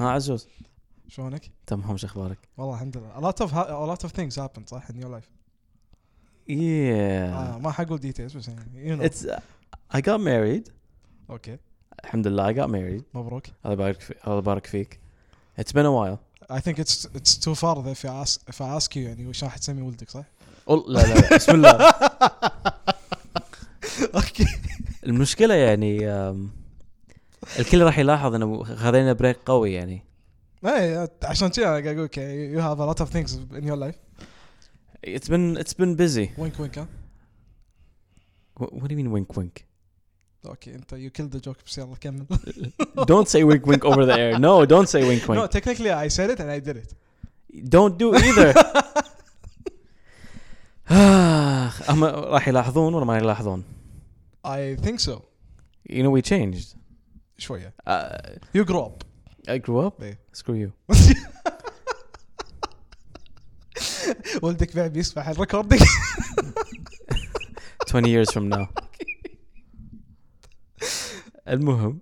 عزوز شلونك؟ تمام شو اخبارك؟ والله الحمد لله. A lot of ha- a lot of things happened صح in your life. آه Yeah. ما حقول details بس يعني you know. It's I got married. اوكي الحمد لله I got married. مبروك. الله يبارك في... الله يبارك فيك. It's been a while. I think it's it's too far that if I ask if I ask you يعني وش راح تسمي ولدك صح؟ أول- لا لا بسم الله. اوكي المشكلة يعني أم، الكل راح يلاحظ انه خذينا بريك قوي يعني. اي إيه، عشان كذا انا قاعد اقول لك you have a lot of things in your life. It's been it's been busy. وينك وينك ها؟ Wh- What do you mean wink wink? اوكي انت you killed the joke بس يلا كمل. Don't say wink wink over the air. No, don't say wink No wink. technically I said it and I did it. Don't do either. آخ، هم راح يلاحظون ولا ما يلاحظون؟ I think so You know we changed. شويه. Uh, You grow up. I grew up. إيه. Screw you. ولدك بعد بيسمع الريكوردينج 20 years from now. المهم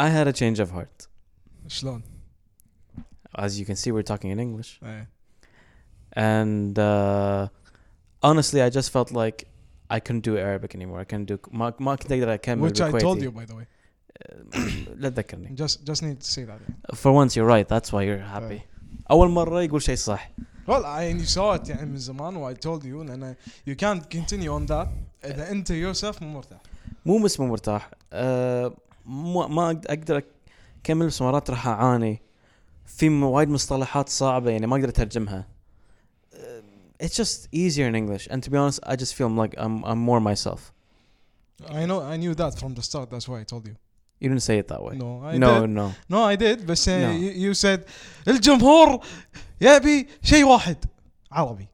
I had a change of heart. شلون؟ As you can see we're talking in English. إيه. and uh, honestly, I just felt like I couldn't do Arabic anymore. I couldn't do ما ما كنت اقدر اكمل Which I بالكويتي. told you by the way. لا تذكرني. Just just need to say that. For once you're right. That's why you're happy. اول مره يقول شيء صح. Well, I and you saw it يعني من زمان و I told you and I, you can't continue on that اذا انت yourself مو مرتاح. مو مس مو مرتاح. أه ما ما أقد- اقدر اكمل بس مرات راح اعاني في م- وايد مصطلحات صعبه يعني ما اقدر اترجمها. أه، It's just easier in English, and to be honest, I just feel like I'm I'm more myself. I know I knew that from the start that's why I told you. You didn't say it that way. No, I no, did. no. No, I did بس uh, No. you, you said الجمهور يبي شيء واحد عربي.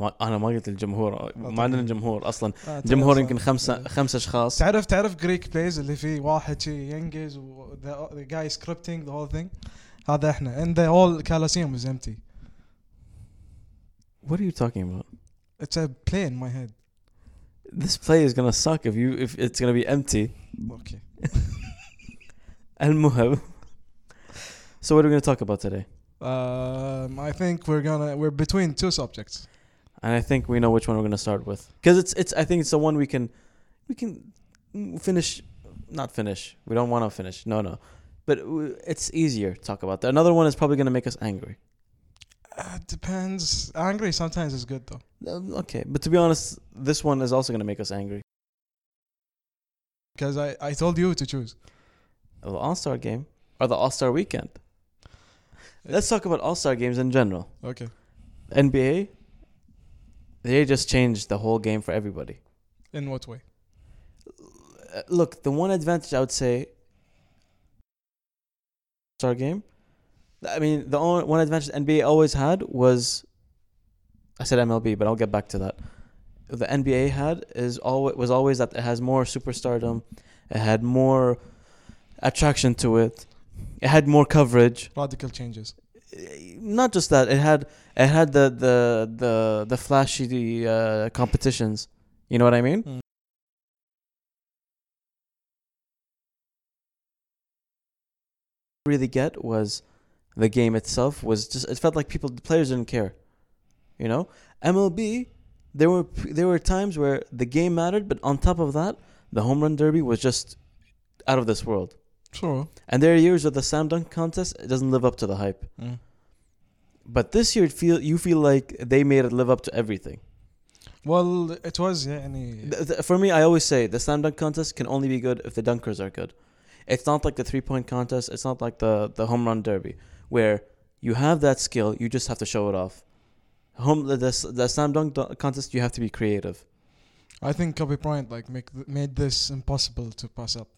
ما- انا ما قلت الجمهور ما طبعاً. عندنا جمهور اصلا آه، جمهور تعرف- يمكن خمسه إيه. خمسه اشخاص تعرف تعرف جريك بلايز اللي فيه واحد شي ينجز و the, the guy scripting the whole thing هذا احنا and the whole coliseum is empty What are you talking about? it's a play in my head This play is gonna suck if you if it's gonna be empty. okay المهم So what are we gonna talk about today? um, I think we're gonna we're between two subjects And I think we know which one we're gonna start with because it's it's I think it's the one we can we can finish not finish we don't want to finish no no but w- it's easier to talk about that another one is probably gonna make us angry uh, depends angry sometimes is good though Um, okay but to be honest this one is also gonna make us angry because I, I told you to choose the All Star game or the All Star weekend. Let's talk about All Star games in general. okay NBA, they just changed the whole game for everybody. in what way Uh, Look, the one advantage I would say, Star game. I mean, the only one advantage NBA always had was, I said MLB, but I'll get back to that. The NBA had is always was always that it has more superstardom, it had more attraction to it, it had more coverage. radical changes not just that it had it had the the the the flashy uh, competitions you know what i mean Mm. really get was the game itself was just it felt like people the players didn't care you know mlb there were there were times where the game mattered but on top of that the home run derby was just out of this world true and there are years with the slam dunk contest it doesn't live up to the hype Mm. But this year, it feel you feel like they made it live up to everything. well it was يعني Th- th- for me, I always say the slam dunk contest can only be good if the dunkers are good. It's not like the three point contest. It's not like the the home run derby where you have that skill, you just have to show it off. Home the the, s- the slam dunk do- contest, you have to be creative. I think Kobe Bryant like make th- made this impossible to pass up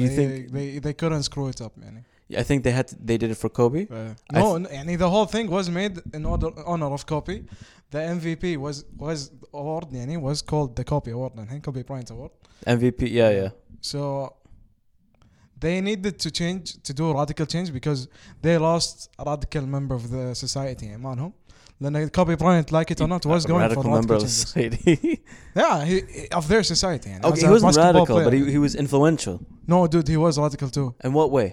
You they, think? they they couldn't screw it up يعني I think they had to, they did it for Kobe. Uh, I no, th- يعني the whole thing was made in order honor of Kobe. The MVP was was award يعني was called the Kobe Award and Kobe Bryant Award. MVP. Yeah, yeah. So they needed to change to do radical change because they lost a radical member of the society يعني مالهم. لأن Kobe Bryant like it or not was A going Uh, radical for member of radical changes. society. Yeah, he, he- of their society يعني. okay, as he a wasn't basketball radical, but player. he, he was influential. no dude he was radical too. In what way?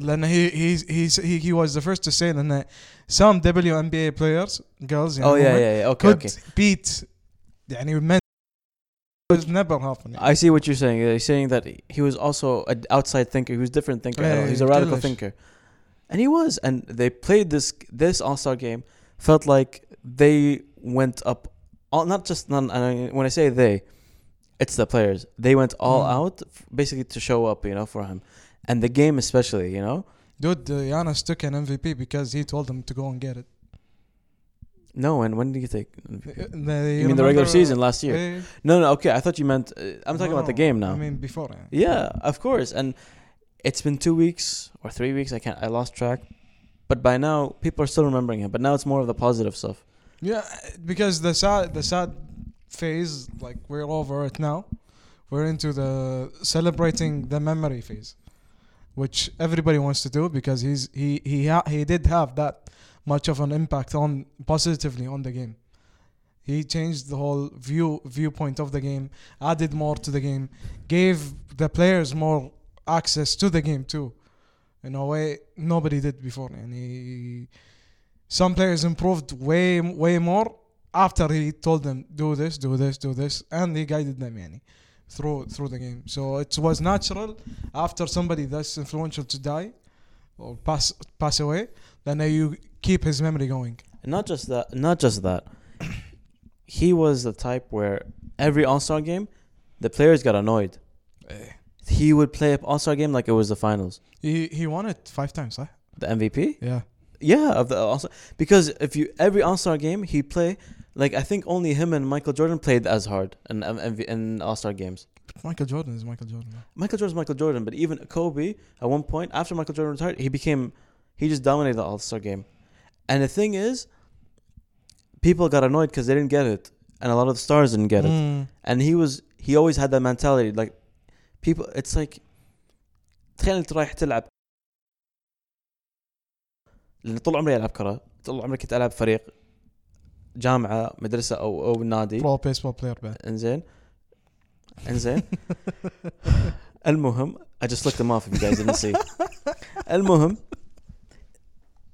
لان هي هي هي هي واز ذا فيرست تو سي لان سام دبليو ام بي اي بلايرز جيرلز Oh yeah, yeah, yeah. Okay, okay. بيت يعني men was never happen يعني. I see what you're saying. You're saying that he was also an outside thinker. He was a different thinker. Yeah, he's yeah, a radical Delish. thinker, and he was. And they played this this All Star game. Felt like they went up, all, not just none. I mean, when I say they, it's the players. They went all Mm. out, f- basically to show up, you know, for him, and the game especially, you know. Dude, uh, Giannis took an MVP because he told them to go and get it. No, and when did you take? Uh, You they- mean the regular remember, uh, season last year? eh, No, no. Okay, I thought you meant. Uh, I'm talking about the no, game now. I mean before. eh? يعني. Yeah, of course. And it's been two weeks or three weeks. I can't. I lost track. But by now, people are still remembering him. But now it's more of the positive stuff. Yeah, because the sad the sad phase, like we're over it now. We're into the celebrating the memory phase, which everybody wants to do because he's he he ha- he did have that much of an impact on positively on the game. He changed the whole view viewpoint of the game, added more to the game, gave the players more access to the game too, in a way nobody did before. And he some players improved way way more after he told them do this do this do this and he guided them يعني through through the game so it was natural after somebody that's influential to die or pass pass away then you keep his memory going And not just that. Not just that. he was the type where every All Star game, the players got annoyed. Eh. He would play up All Star game like it was the finals. he he won it five times right The MVP. yeah Yeah, of the All Star. Because if you every All Star game he play. Like I think only him and Michael Jordan played as hard in in, in All Star games. but Michael Jordan is Michael Jordan man. Michael Jordan's Michael Jordan, but even Kobe, at one point, after Michael Jordan retired, he became, he just dominated the All Star game. And the thing is, people got annoyed because they didn't get it. And a lot of the stars didn't get it. Mm. And he was, he always had that mentality. Like, people, it's like, تخيل انت رايح تلعب لان طول عمري العب كره، طول عمري كنت العب فريق جامعه، مدرسه او او نادي pro baseball player man انزين انزين المهم I just looked them off if you guys didn't see المهم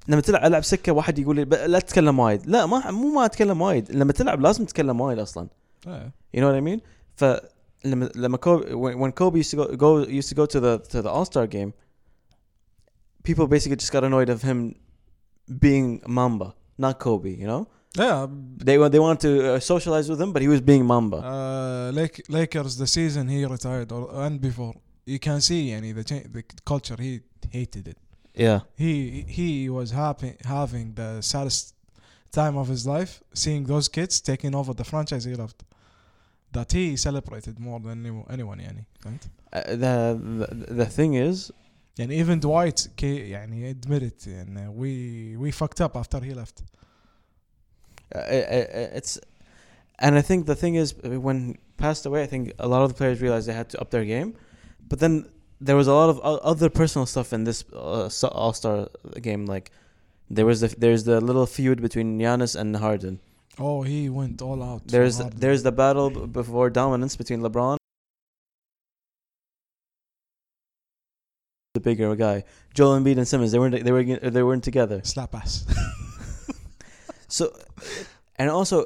لما تلعب العب سكه واحد يقول لي "ب- لا تتكلم وايد لا ما مو ما اتكلم وايد لما تلعب لازم تتكلم وايد اصلا yeah. you know what I mean فلما لما Kobe when, when Kobe used to go, go used to go to the to the All-Star game people basically just got annoyed of him being Mamba not Kobe you know yeah they wa- they wanted to uh, socialize with him but he was being Mamba uh, Lake, Lakers the season he retired or, and before you can see يعني the cha- the culture he hated it yeah he he was happy having the saddest time of his life seeing those kids taking over the franchise he loved that he celebrated more than any- anyone يعني فهمت؟ Uh, the, the the thing is, يعني even Dwight كي يعني admitted and uh, we we fucked up after he left uh, uh, uh, it's, and I think the thing is, uh, when passed away, I think a lot of the players realized they had to up their game, but then there was a lot of o- other personal stuff in this uh, All Star game. Like there was the there's the little feud between Giannis and Harden. oh he went all out for There's Harden. there's the battle b- before dominance between LeBron. The bigger guy, Joel Embiid and Simmons, they weren't they were they weren't together. slap ass So, and also,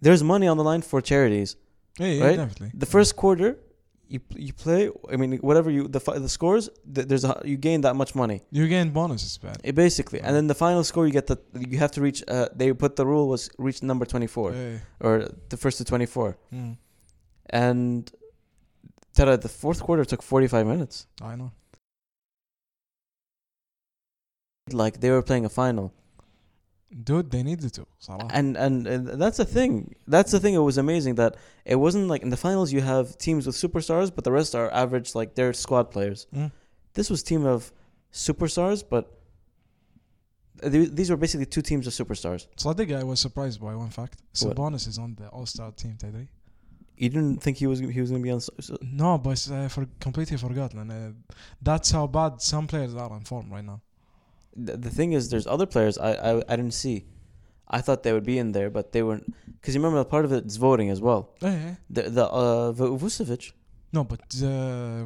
there's money on the line for charities. yeah, yeah, Right? definitely The first quarter, you you play. I mean, whatever you the fi- the scores, th- there's a, you gain that much money you gain bonuses man eh, basically, and then the final score you get the you have to reach. Uh, they put the rule was reach number twenty four Yeah. or the first to twenty four, Mm. and Tara, the fourth quarter took forty five minutes. I know Like they were playing a final, dude they needed to صراحة and and and that's the thing. That's the thing. It was amazing that it wasn't like in the finals you have teams with superstars, but the rest are average, like they're squad players. Mm. This was team of superstars, but th- these were basically two teams of superstars. صدق I was surprised by one fact Sabonis is on the all-star team تدري You didn't think he was he was gonna be on. s- s- No, but uh, I for completely forgot. And uh, that's how bad some players are in form right now. The the thing is, there's other players I I, I didn't see. I thought they would be in Eh, there, but they weren't. Because you remember, part of it's voting as well. Yeah, The the uh, Vu- Vucevic, No, but uh,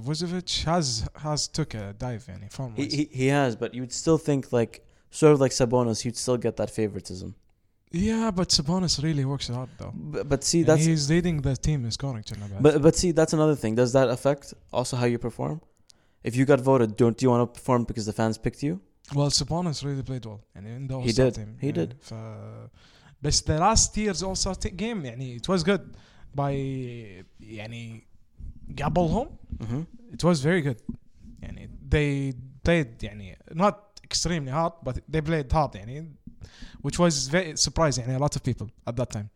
Vucevic has has took a dive in form. He, he he has, but you'd still think like sort of like Sabonis, you'd still get that favoritism. Yeah, but Sabonis really works hard though. But, but see, And that's he's leading the team in scoring. Chernobyl. But but see, that's another thing. Does that affect also how you perform? If you got voted, don't do you want to perform because the fans picked you? Well, Sabonis really played well. And in the He All-Star did. team. He yeah. did. ف... بس the last year's All-Star t- game يعني it was good by يعني قبلهم Mm-hmm. it was very good يعني they played يعني not extremely hard but they played hard يعني which was very surprising يعني a lot of people at that time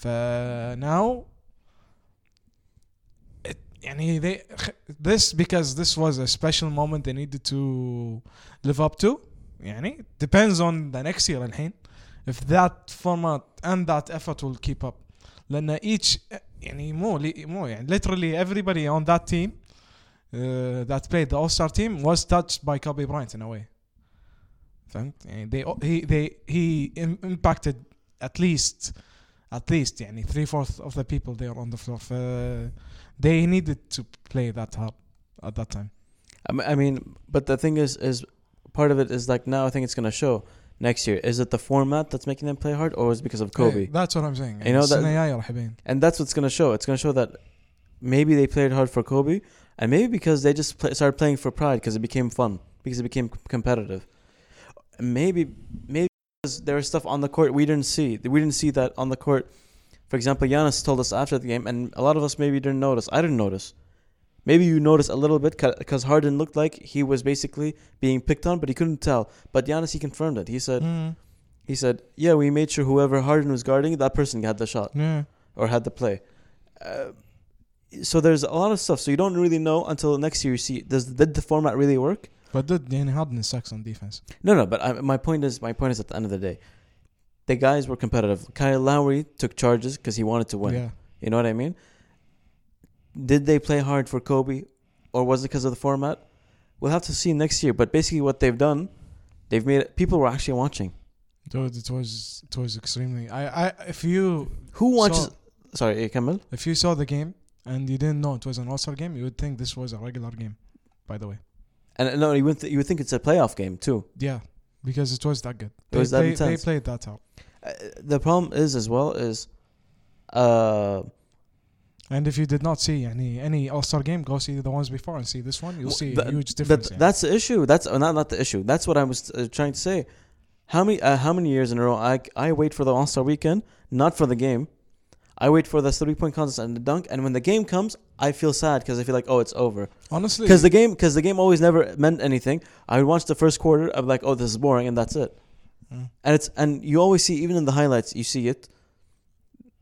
ف now it, يعني they this because this was a special moment they needed to live up to يعني depends on the next year الحين if that format and that effort will keep up لان each يعني مو مو يعني literally everybody on that team uh, that played the All-Star team was touched by Kobe Bryant in a way. فهمت؟ يعني they he they he im- impacted at least at least يعني three fourths of the people there on the floor. ف they needed to play that hard at that time. I mean, I mean, but the thing is, is part of it is like now I think it's gonna show next year. Is it the format that's making them play hard, or is it because of Kobe? Yeah, Eh, that's what I'm saying. You know that- السنة الجاية راح يبين. And that's what's gonna show. It's gonna show that maybe they played hard for Kobe, and maybe because they just play, started playing for pride because it became fun, because it became c- competitive. Maybe, maybe because there was stuff on the court we didn't see. We didn't see that on the court. For example, Giannis told us after the game, and a lot of us maybe didn't notice. I didn't notice. Maybe you noticed a little bit because Harden looked like he was basically being picked on, but he couldn't tell. But Giannis, he confirmed it. He said, Mm. he said, yeah, we made sure whoever Harden was guarding, that person had the shot Yeah. or had to play. Uh, so there's a lot of stuff. So you don't really know until next year. You see, does did the format really work? But dude, يعني Harden sucks on defense. No, no. But I, my point is, my point is, at the end of the day, the guys were competitive. Kyle Lowry took charges because he wanted to win. Yeah. You know what I mean? Did they play hard for Kobe, or was it because of the format? We'll have to see next year. But basically, what they've done, they've made it, people were actually watching. Dude, it was it was extremely. I I if you Who watches? saw- Sorry, eh, Kamil. If you saw the game and you didn't know it was an All Star game, you would think this was a regular game, by the way. And uh, no, you would th- you would think it's a playoff game too. Yeah, because it was that good. They, was that they, intense. they played that out. Uh, the problem is as well is uh And if you did not see any any All Star game, go see the ones before and see this one. You'll w- see th- a huge th- difference. yeah. that's the issue that's uh, not not the issue that's what i was uh, trying to say how many uh, how many years in a row i i wait for the all-star weekend not for the game i wait for the three-point contest and the dunk and when the game comes i feel sad because i feel like oh it's over Honestly, because the game because the game always never meant anything i would watch the first quarter i'm like oh this is boring and that's it Mm. and it's and you always see even in the highlights you see it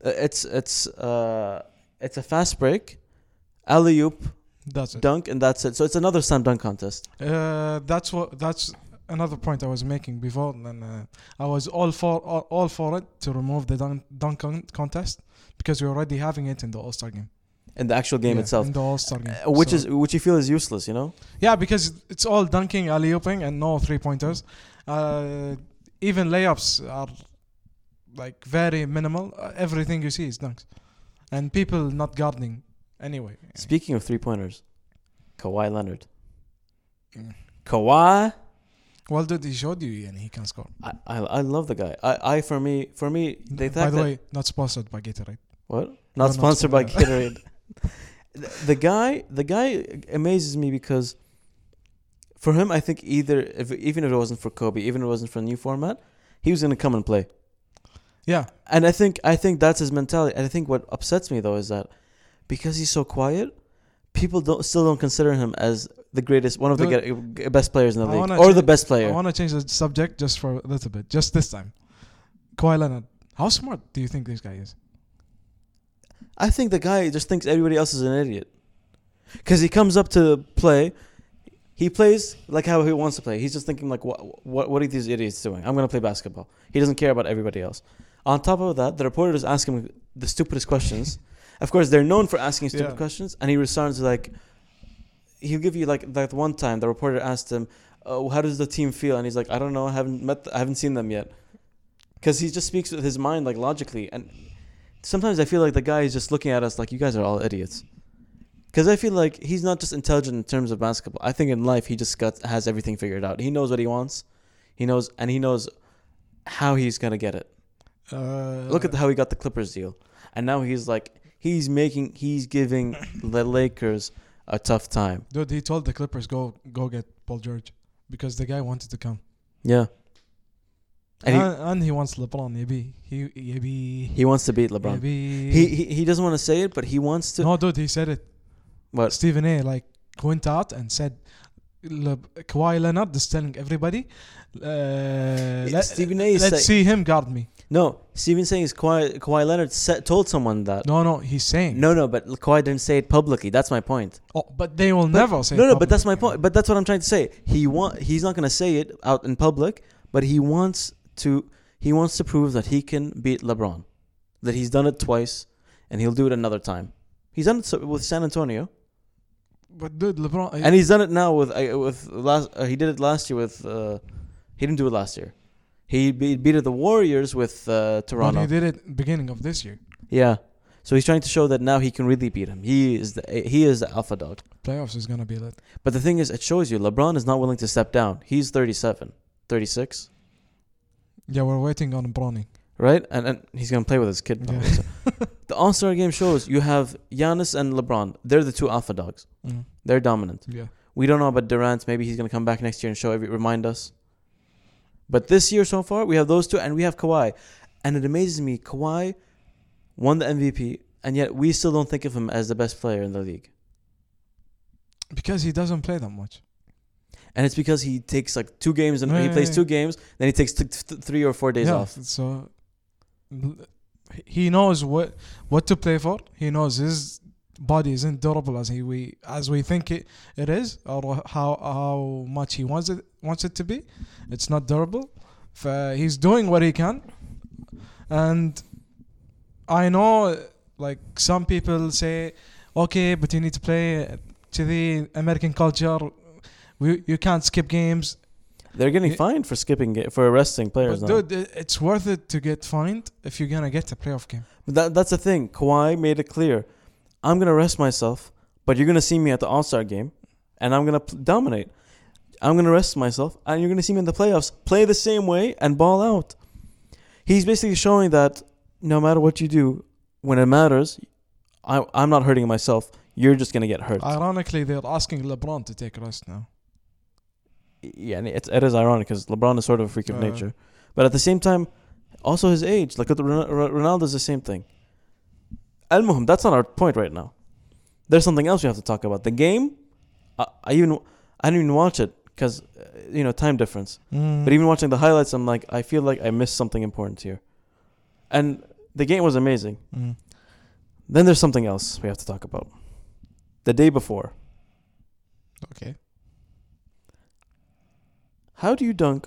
Uh, it's it's uh it's a fast break alley oop that's it. dunk and that's it so it's another slam dunk contest Uh, that's what that's another point I was making before. And then uh, I was all for all, all for it to remove the dunk, dunk con- contest because we're already having it in the All Star game. in the actual game Yeah, itself in the All Star game, Uh, which So- is which you feel is useless you know Yeah, because it's all dunking, alley ooping, and no three pointers. Uh, even layups are like very minimal. Uh, everything you see is dunks, and people not guarding anyway. speaking of three-pointers Kawhi Leonard Mm. Kawhi Well, dude, he showed you, and he can score. I, I I love the guy I I for me for me they By thought the that way, not sponsored by Gatorade. What? Not No, not sponsored by sponsored. Gatorade. The- the guy, the guy amazes me because for him, I think either if even if it wasn't for Kobe, even if it wasn't for the new format, he was gonna come and play. Yeah, And I think I think that's his mentality. And I think what upsets me though is that because he's so quiet, people don't still don't consider him as the greatest, one of the get, best players in the I league, wanna or the change- best I player. want to change the subject just for a little bit, just this time. Kawhi Leonard, how smart do you think this guy is? I think the guy just thinks everybody else is an idiot. Because he comes up to play, he plays like how he wants to play. He's just thinking like, what, what, what are these idiots doing? I'm gonna play basketball. He doesn't care about everybody else. On top of that, the reporters ask him the stupidest questions. of course, they're known for asking stupid Yeah. questions, and he responds like, he'll give you like that one time the reporter asked him, oh, "How does the team feel?" And he's like, "I don't know. I haven't met. I haven't seen them yet." Because he just speaks with his mind, like logically, and sometimes I feel like the guy is just looking at us like, "You guys are all idiots." Because I feel like he's not just intelligent in terms of basketball. I think in life he just got has everything figured out. He knows what he wants. He knows and he knows how he's gonna get it. Uh, Look at how he got the Clippers deal, and now he's like he's making he's giving the Lakers a tough time. dude. He told the Clippers go go get Paul George because the guy wanted to come, Yeah, and, and and, he, wants LeBron. Maybe he maybe he, he wants to beat LeBron. Maybe. He, he he doesn't want to say it, but he wants to. no, dude. He said it. What? Stephen A. like went out and said. Le- Kawhi Leonard is telling everybody. Uh, let, Stephen A. is Let's say- see him guard me. No, Stephen saying is Kawhi, Kawhi Leonard sa told someone that. No, no, he's saying. No, no, but Kawhi didn't say it publicly. That's my point. Oh, but they will But- never say. No, no, public. but that's my point. But that's what I'm trying to say. He want he's not going to say it out in public, but he wants to he wants to prove that he can beat LeBron, that he's done it twice, and he'll do it another time. He's done it so- with San Antonio, But dude, LeBron. and he's done it now with uh, with last. Uh, he did it last year with. Uh, he didn't do it last year. He beat, beat the Warriors with uh, But Toronto. he did it beginning of this year. Yeah. So he's trying to show that now he can really beat him. He is the he is the alpha dog. Playoffs is gonna be lit. But the thing is, it shows you LeBron is not willing to step down. He's 37, 36, Yeah, we're waiting on Bronny. right? And and he's gonna play with his kid. Probably. Yeah. So the All Star game shows you have Giannis and LeBron. They're the two alpha dogs. Mm, They're dominant. yeah. We don't know about Durant. Maybe he's gonna come back next year and show every remind us. But this year so far, we have those two, and we have Kawhi, and it amazes me. Kawhi won the MVP, and yet we still don't think of him as the best player in the league. Because he doesn't play that much. and it's because he takes like two games and Yeah, he yeah, plays yeah. two games, then he takes t- t- three or four days yeah. off. So l- he knows what what to play for. He knows his body isn't durable as he we as we think it, it is, or how how much he wants it wants it to be. It's not durable. ف- He's doing what he can, and I know like some people say, okay, but you need to play to the American culture. We, you can't skip games. They're getting Yeah. fined for skipping ga- for arresting players But now. dude, it- it's worth it to get fined if you're gonna get a playoff game. But that, that's the thing. Kawhi made it clear, I'm gonna rest myself, but you're gonna see me at the All Star game, and I'm gonna p- dominate. I'm gonna rest myself, and you're gonna see me in the playoffs. Play the same way and ball out. He's basically showing that no matter what you do, when it matters, I, I'm not hurting myself. You're just gonna get hurt. Ironically, they're asking LeBron to take rest now. yeah, and it's, it is ironic because LeBron is sort of a freak of Uh. nature, but at the same time, also his age. Like with Ron- Ron- Ronaldo's the same thing. Al Muhim, that's not our point right now. There's something else we have to talk about. The game, I, I even I didn't even watch it because you know time difference. But even watching the highlights, I'm like, I feel like I missed something important here, and the game was amazing. Mm. Then there's something else we have to talk about. The day before, okay, How do you dunk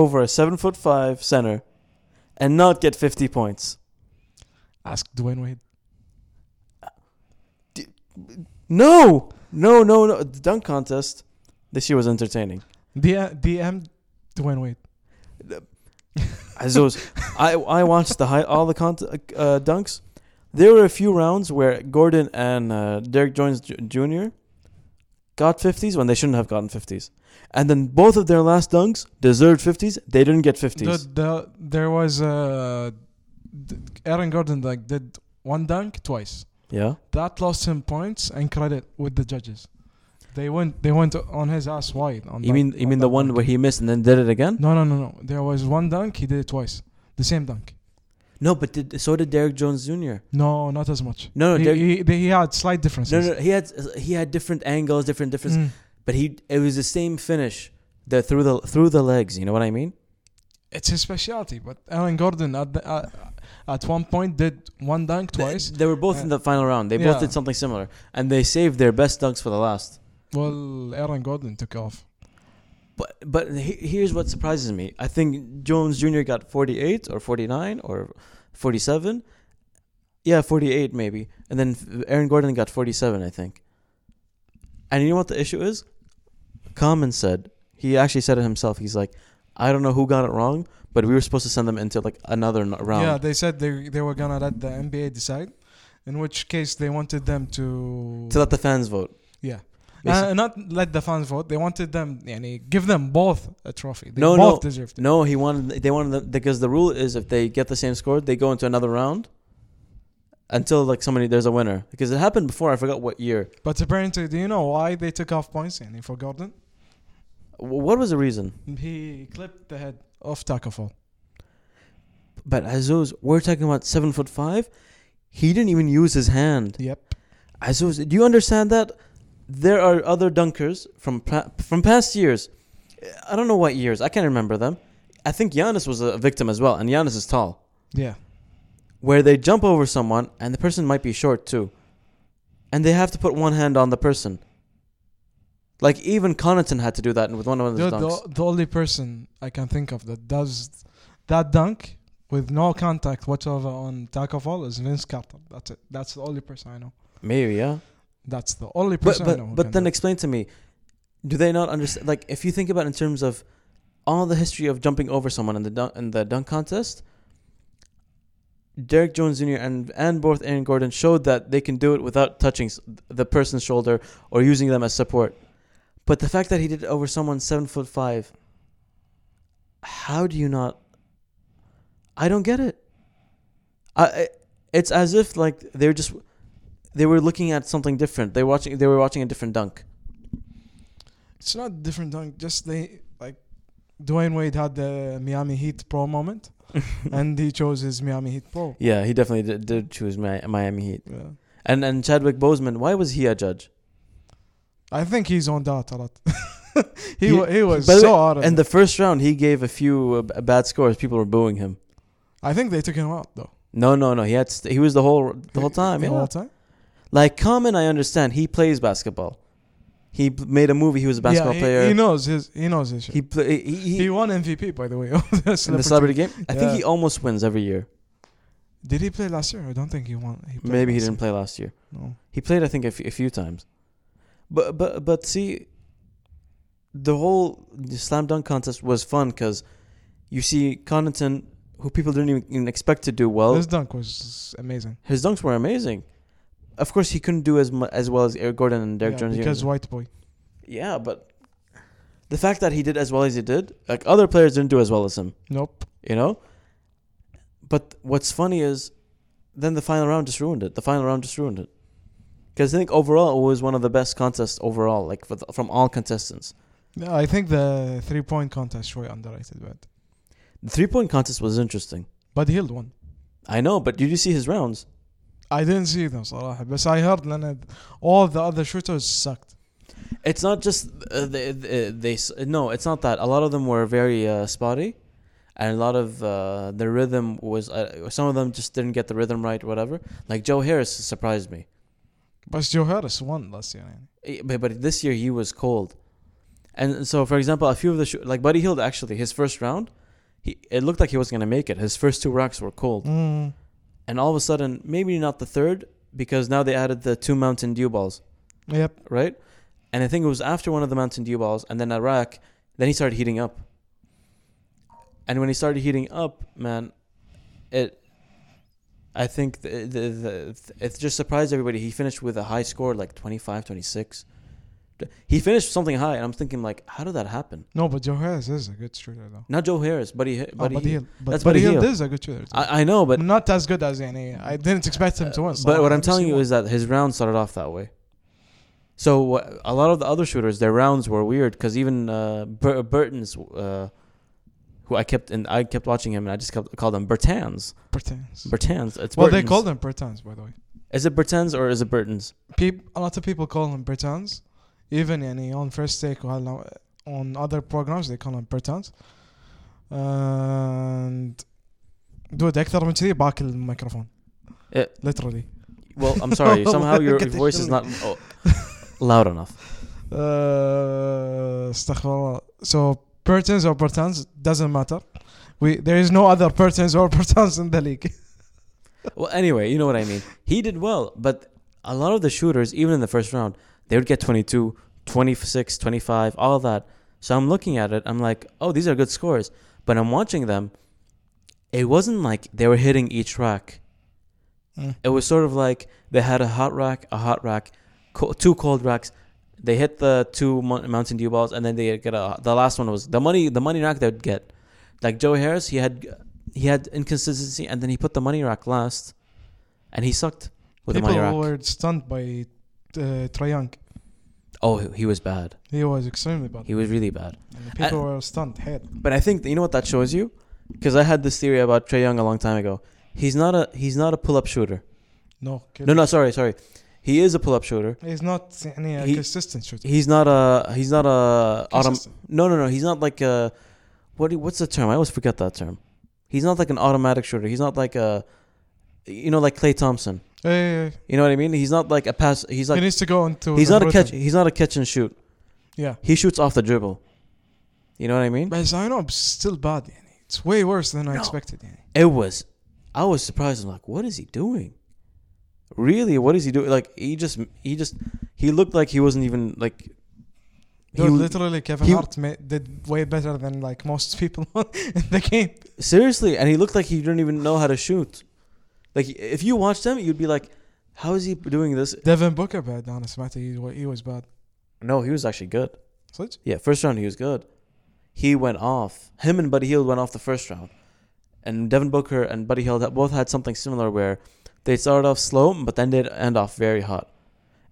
over a seven foot five center and not get fifty points? ask Dwayne Wade. No, no, no, no. The dunk contest this year was entertaining. DM, DM Dwayne Wade. As those, I I watched the high, all the cont- uh, dunks. There were a few rounds where Gordon and uh, Derek Jones J- Jr. got fifties when they shouldn't have gotten fifties, and then both of their last dunks deserved fifties. They didn't get fifties. The, the, there was uh, d- Aaron Gordon like did one dunk twice. Yeah, That lost him points and credit with the judges. They went they went on his ass wide. On you that- mean you on mean that the one dunk. where he missed and then did it again? No no no no. There was one dunk. He did it twice. The same dunk. No, but did, so did Derek Jones Jr. No, not as much. No, no, he, Derek, he, they- he had slight differences. No, no, he had he had different angles, different different. Mm. But he it was the same finish the, through the through the legs. You know what I mean? It's his specialty. But Aaron Gordon at the, uh, at one point did one dunk twice. Uh, They, they were both in the final round. They both Yeah. did something similar, and they saved their best dunks for the last. Well, Aaron Gordon took off. But but he, here's what surprises me. I think Jones Jr. got 48 or 49 or 47. Yeah, 48 maybe. And then Aaron Gordon got 47, I think. And you know what the issue is? Common said he actually said it himself. He's like, I don't know who got it wrong, but we were supposed to send them into like another n- round. Yeah, they said they they were gonna let the NBA decide. in which case they wanted them to to let the fans vote. yeah. Basically. Uh, not let the fans vote. They wanted them, yani, give them both a trophy. They No, both no. deserved it. No, he wanted they wanted them because the rule is if they get the same score, they go into another round until like somebody there's a winner. Because it happened before, I forgot what year. But apparently, do you know why they took off points? Yani, for Gordon, W- What was the reason? he clipped the head off Taco Fall. But Azuz, we're talking about seven foot five. He didn't even use his hand. Yep. Azuz, do you understand that? There are other dunkers from pa- from past years. I don't know what years. I can't remember them. I think Giannis was a victim as well, and Giannis is tall. Yeah. where they jump over someone and the person might be short too. And they have to put one hand on the person. Like even Connaughton had to do that with one of The, his the, dunks. the only person I can think of that does that dunk with no contact whatsoever on Taco Fall is Vince Carter. That's it. That's the only person I know. Maybe, yeah. That's the only But person I know. but, who but can then do it. explain to me, do they not understand like if you think about it in terms of all the history of jumping over someone in the dunk in the dunk contest, Derek Jones Jr. and and both Aaron Gordon showed that they can do it without touching s- the person's shoulder or using them as support. But the fact that he did it over someone seven foot five, how do you not? I don't get it. I I- it's as if like they're just they were looking at something different. They were watching they were watching a different dunk. it's not different dunk. Just they like Dwayne Wade had the Miami Heat pro moment, and he chose his Miami Heat pro. Yeah, he definitely did, did choose Mi- Miami Heat. Yeah. And and Chadwick Boseman, why was he a judge? I think he's on that a lot. he He- wa- he was by the so way, out of In it. the first round, he gave a few uh, b- bad scores. People were booing him. I think they took him out though. No, no, no. He had st- he was the whole the whole time. The yeah. whole time. Like Common, I understand. He plays basketball. He b- made a movie. He was a basketball yeah, he- player. He, He, knows his. He knows his shit. He, pla- he, he, won MVP by the way. of the in the celebrity. celebrity game. I think Yeah. he almost wins every year. Did he play last year? I don't think he won. He played Maybe he last didn't play last year. year. No. He played, I think, a, f- a few times. But but but see, the whole slam dunk contest was fun because you see Connaughton, who people didn't even- even expect to do well. This dunk was amazing. His dunks were amazing. Of course, he couldn't do as mu- as well as Eric Gordon and Derek Yeah, Jones. Jr. because white boy. yeah, but the fact that he did as well as he did, like other players didn't do as well as him Nope. you know. But what's funny is, then the final round just ruined it. The final round just ruined it, because I think overall it was one of the best contests overall, like for the, from all contestants. Yeah, I think the three point contest way underrated, but The three point contest was interesting. but Hield won. I know, but did you see his rounds? I didn't see them صراحة بس I heard لأن all the other shooters sucked. It's not just uh, they, they, they s- no, it's not that. A lot of them were very uh, spotty, and a lot of uh, the rhythm was uh, some of them just didn't get the rhythm right, or whatever. Like Joe Harris surprised me. بس Joe Harris won last year يعني. Eh, but, but this year he was cold. And so, for example, a few of the shoo- like Buddy Hield actually his first round, he it looked like he was gonna make it. His first two rocks were cold, Mm. and all of a sudden, maybe not the third because now they added the two Mountain Dew balls, Yep. right? And I think it was after one of the Mountain Dew balls, and then a rack. Then he started heating up, and when he started heating up, man, it. I think the, the, the, it just surprised everybody. He finished with a high score, like 25, 26 he finished something high, and I'm thinking like, how did that happen? No, but Joe Harris is a good shooter though. Not Joe Harris, but he, Oh, but Buddy he, Hield. But that's Buddy Buddy Hield Hield. is a good shooter. too. I, I know, but not as good as يعني I didn't expect him to win. Uh, but what صراحة. I'm telling you He is that his round started off that way. So what, a lot of the other shooters, their rounds were weird because even uh, Bur- Burton's, uh, who I kept and I kept watching him, and I just kept called him Bertans. won. Bertans. Bertans. It's Well, they Burtons. called him Bertans by the way. Is it Bertans or is it Burtons? Peop- a lot of people call him Bertans. Even يعني on first take وهلا on other programs they call him Bertans. And dude أكثر من كذي باكل الميكروفون. Eh. Literally. Well, I'm sorry. Somehow your Look at the voice is not oh, loud enough. Uh, استغفر الله. So Pertans or Bertans doesn't matter. We there is no other Pertans or Bertans in the league. Well, anyway, you know what I mean. He did well, but a lot of the shooters, even in the first round, they would get 22, 26, 25, all that. So I'm looking at it, I'm like, oh, these are good scores. But I'm watching them. It wasn't like they were hitting each rack. Mm. It was sort of like they had a hot rack, a hot rack, co- two cold racks. They hit the two Mon- Mountain Dew balls, and then they get a. The last one was the money. The money rack they'd get, like Joe Harris, he had he had inconsistency, and then he put the money rack last, and he sucked with People the money rack. were stunned by uh, Trae Young. Oh, he- he was bad. He was extremely bad. He was really bad. And people were stunned. Head. But I think you know what that shows you, because I had this theory about Trey Young a long time ago. He's not a he's not a pull up shooter. No. Kid. No, no, sorry, sorry. He is a pull up shooter. He's not يعني, a He- consistent shooter. He's not a he's not a autom- Consistent. No, no, no. He's not like a what? do you- What's the term? I always forget that term. He's not like an automatic shooter. He's not like a you know like Clay Thompson. Yeah, yeah, yeah. You know what I mean? He's not like a pass. He's he like needs to go into. he's the not a catch. rhythm. He's not a catch and shoot. Yeah. He shoots off the dribble. You know what I mean? But I know it's still bad. يعني. It's way worse than I No. expected. يعني. It was. I was surprised. I'm like, what is he doing? Really, what is he doing? Like he just, he just, he looked like he wasn't even like. He, Dude, w- literally, Kevin he- Hart ma- did way better than like most people in the game. seriously, and he looked like he didn't even know how to shoot. Like if you watched him, you'd be like, how is he doing this? Devin Booker bad. أنا سمعت he, wa- he was bad. No, he was actually good. صدق؟ Yeah, first round he was good. He went off. Him and Buddy Hield went off the first round, and Devin Booker and Buddy Hield both had something similar where they started off slow, but then they'd end off very hot.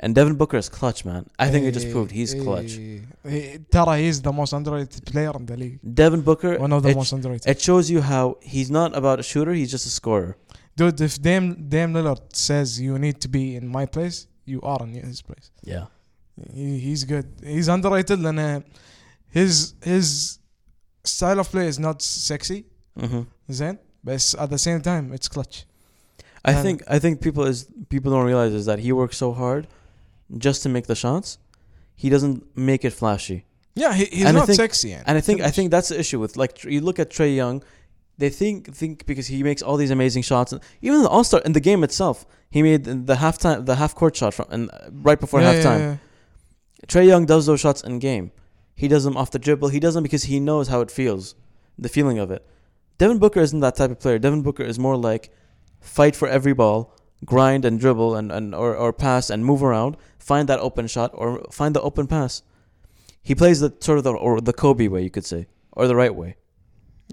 And Devin Booker is clutch, man. I think it just Hey, proved he's clutch. hey. He- Tara, he's the most underrated player in the league. Devin Booker, One of the it, most underrated. it shows you how he's not about a shooter; he's just a scorer. Dude, if Dame Dame Lillard says you need to be in my place, you are in his place. Yeah, He, he's good. He's underrated لأن uh, his his style of play is not sexy, hmm زين بس at the same time it's clutch. I And- think I think people is people don't realize is that he works so hard just to make the shots. He doesn't make it flashy. Yeah, he, he's And I not think- sexy. يعني. And I think I think that's the issue with like tr- you look at Trey Young, they think think because he makes all these amazing shots and even the All Star in the game itself, he made the halftime the half court shot from and uh, right before Yeah, yeah, halftime. yeah. Trey Young does those shots in game. He does them off the dribble. He does them because he knows how it feels, the feeling of it. Devin Booker isn't that type of player. Devin Booker is more like fight for every ball, grind and dribble and, and or, or pass and move around, find that open shot or find the open pass. He plays the sort of the or the Kobe way, you could say, or the right way.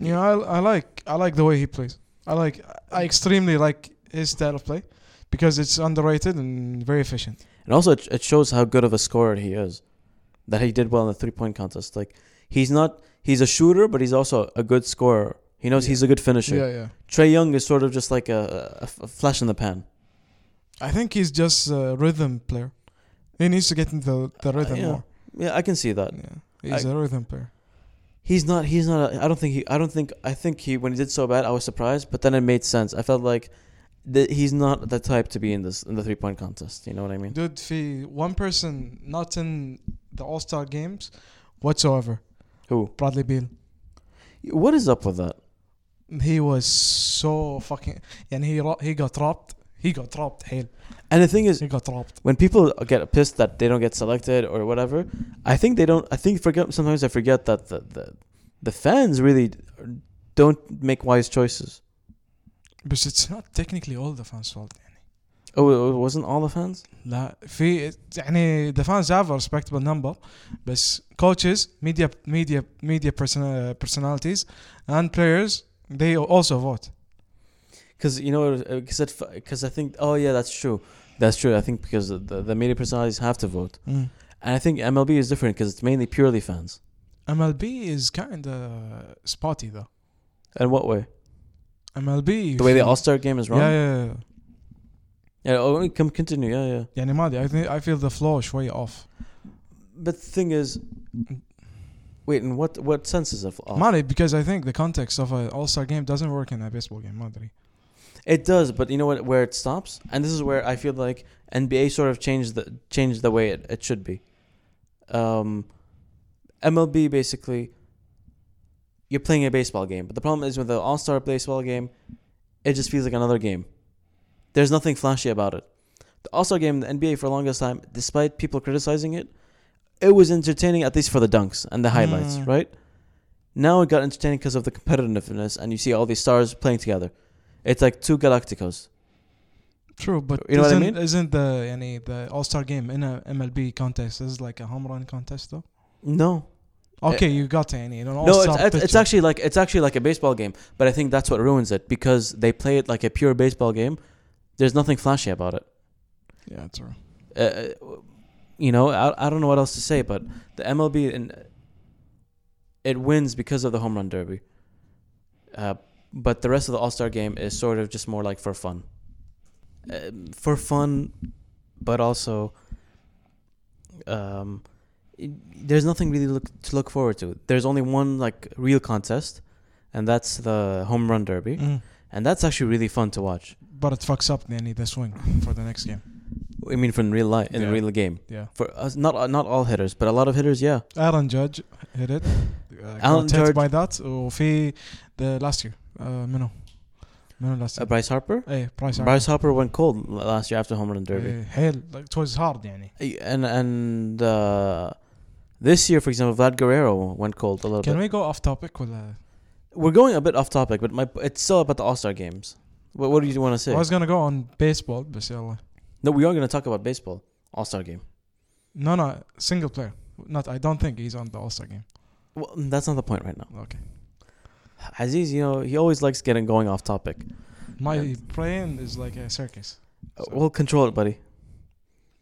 You know, I, I like I like the way he plays. I like I extremely like his style of play because it's underrated and very efficient. And also, it, it shows how good of a scorer he is. That he did well in the three point contest. Like he's not he's a shooter, but he's also a good scorer. He knows Yeah. he's a good finisher. Yeah, yeah. Trey Young is sort of just like a, a f- a flash in the pan. I think he's just a rhythm player. He needs to get into the, the rhythm yeah. more. Yeah, I can see that. Yeah, he's a rhythm player. He's not. He's not. A, I don't think he. I don't think. I think he. When he did so bad, I was surprised. But then it made sense. I felt like that he's not the type to be in this in the three point contest. You know what I mean? Dude, في one person not in the All Star games whatsoever, Who? Bradley Beal. What is up with that? He was so fucking and he ro- he got robbed. He got robbed. Hell, And the thing is, he got robbed. when people get pissed that they don't get selected or whatever, I think they don't. I think forget. Sometimes I forget that the the, the fans really don't make wise choices. But it's not technically all the fans' fault. Oh, it wasn't all the fans. لا في يعني the fans have a respectable number بس coaches media media media person, personalities and players they also vote Because you know, uh, because because I think, oh yeah, that's true, that's true. I think because the, the, the media personalities have to vote, and I think MLB is different because it's mainly purely fans. MLB is kind of spotty though And what way? MLB The way the All Star game is yeah, wrong. yeah, yeah. yeah oh, come continue. Yeah, yeah. يعني ما ادري I, think- I feel the flow شوي off But the thing is, wait, in what what sense is it off? ما ادري because I think the context of an all-star game doesn't work in a baseball game ما ادري It does, but you know what? Where it stops, and this is where I feel like NBA sort of changed the changed the way it, it should be. Um, MLB basically, you're playing a baseball game, but the problem is with the All Star baseball game, it just feels like another game. There's nothing flashy about it. The All Star game, in the NBA for the longest time, despite people criticizing it, it was entertaining at least for the dunks and the highlights, Mm. right? Now it got entertaining because of the competitiveness, and you see all these stars playing together. It's like two Galacticos. True, but You know what I isn't, mean? Isn't the yani, the All Star game in a MLB contest is like a home run contest though? No, Okay, you got any an All no, Star it's, it's, it's actually like it's actually like a baseball game, but I think that's what ruins it because they play it like a pure baseball game. There's nothing flashy about it. yeah, it's true. Uh, you know, I, I don't know what else to say, but the MLB and it wins because of the home run derby. Uh, but the rest of the All Star game is sort of just more like for fun, um, for fun, but also um, it, there's nothing really look, to look forward to. There's only one like real contest, and that's the home run derby, Mm. and that's actually really fun to watch. But it fucks up yani, the swing for the next game. I mean, from real life in Yeah. a real game. Yeah, For us, not not all hitters, but a lot of hitters, yeah. Uh, Aaron Judge hit it. Uh, Aaron got hit Judge- by that. وفي the last year uh, منو منو last Uh, year. Bryce Harper. ايه برايس Bryce Harper went cold l- last year after home run derby, حيل like, it was hard يعني. and and uh, this year, for example, Vlad Guerrero went cold a little Can bit. we go off topic uh, ولا We? are going a bit off topic, but my it's still about the All Star games. What, what do you want to say? I was gonna go on baseball uh, بس يلا no, we are going to talk about baseball All Star game. No, no, single player. Not, I don't think he's on the All Star game. Well, mm, that's not the point right now. Okay. Aziz, you know, he always likes getting going off topic. My Yeah. brain is like a circus. Uh, So- We'll control it, buddy.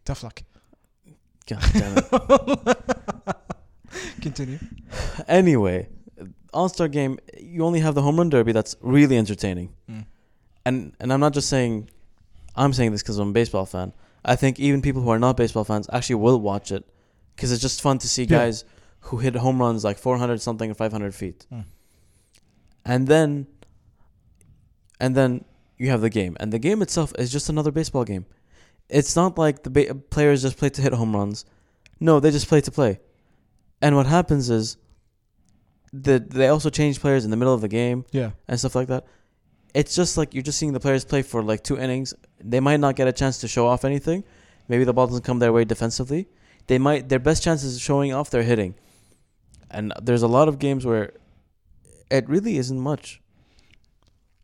Tough luck. God damn it. Continue. anyway, All Star Game, you only have the home run derby that's really entertaining, Mm. and and I'm not just saying, I'm saying this because I'm a baseball fan. I think even people who are not baseball fans actually will watch it because it's just fun to see Yeah. guys who hit home runs like 400 something or 500 feet, Mm. and then, and then you have the game, and the game itself is just another baseball game. It's not like the ba- players just play to hit home runs. No, they just play to play. And what happens is the they also change players in the middle of the game Yeah. and stuff like that. It's just like you're just seeing the players play for like two innings. They might not get a chance to show off anything. Maybe the ball doesn't come their way defensively. They might their best chance is showing off their hitting. And there's a lot of games where it really isn't much.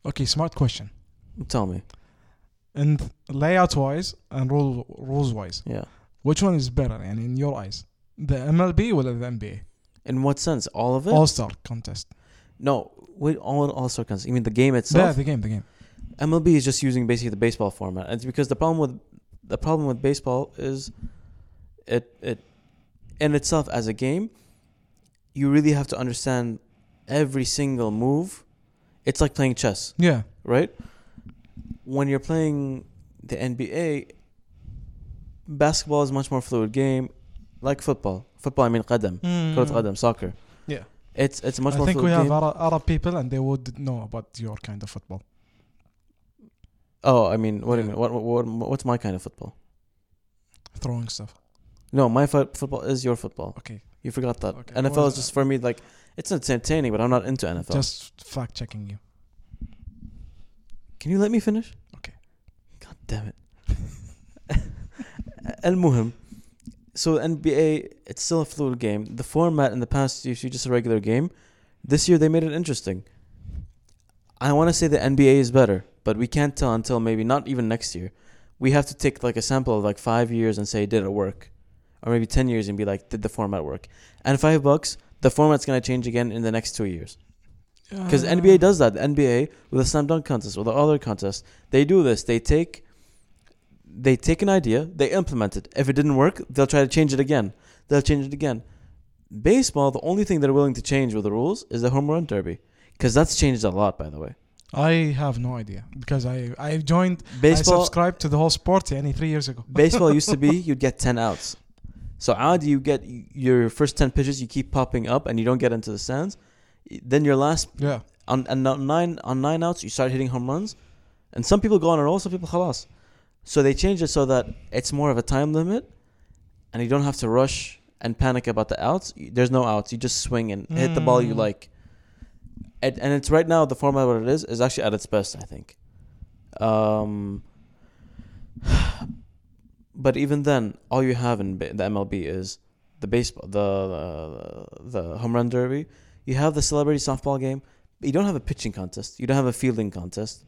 Okay, smart question. Tell me. And layout wise and rule rules wise, Yeah. which one is better? And in your eyes, the MLB or the NBA In what sense? All of it? All Star contest? no. Wait, all all circumstances. You mean the game yeah, itself? the game, the game. MLB is just using basically the baseball format. It's because the problem with the problem with baseball is it it in itself as a game, you really have to understand every single move. It's like playing chess, Yeah, right? When you're playing the NBA, basketball is a much more fluid game, like football. Football, I mean, qadam, كرة قدم, soccer. Mm-hmm. Yeah. It's it's a much I more think we fluid have game. Ara- Arab people and they would know about your kind of football. Oh, I mean, what, do you Yeah. mean? what what what what's my kind of football? Throwing stuff. No, my fo- football is your football. Okay, You forgot that. Okay, NFL well, is just for me like it's entertaining, but I'm not into NFL. just fact checking you. Can you let me finish? Okay. God damn it. المهم so NBA it's still a fluid game. The format in the past used to be just a regular game. This year they made it interesting. I want to say the NBA is better, but we can't tell until maybe not even next year. We have to take like a sample of like 5 years and say did it work? Or maybe 10 years and be like did the format work? And 5 bucks, the format's going to change again in the next 2 years. Oh. Because NBA does that. The NBA with the slam dunk contest or the other contest, they do this. They take, they take an idea, they implement it. If it didn't work, they'll try to change it again. They'll change it again. Baseball, the only thing they're willing to change with the rules is the home run derby, because that's changed a lot, by the way. I have no idea because I I joined I Baseball, subscribed to the whole sport any three years ago. baseball used to be you'd get ten outs. So odd, you get your first ten pitches, you keep popping up, and you don't get into the stands. Then your last Yeah, on and on nine on nine outs you start hitting home runs, and some people go on a roll, some people halas. So they changed it so that it's more of a time limit, and you don't have to rush and panic about the outs. You- There's no outs. You just swing and hit the ball you Mm. like. And, and it's right now the format what it is is actually at its best, I think. Um, but even then, all you have in ba- the MLB is the baseball, the the, the home run derby. You have the celebrity softball game. But you don't have a pitching contest. You don't have a fielding contest.